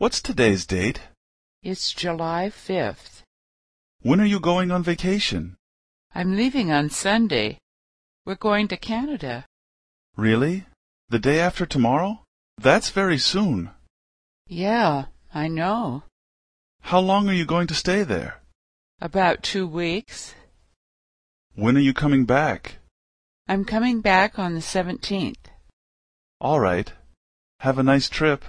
What's today's date? It's July 5th. When are you going on vacation? I'm leaving on Sunday. We're going to Canada. Really? The day after tomorrow? That's very soon. Yeah, I know. How long are you going to stay there? About two weeks. When are you coming back? I'm coming back on the 17th. All right. Have a nice trip.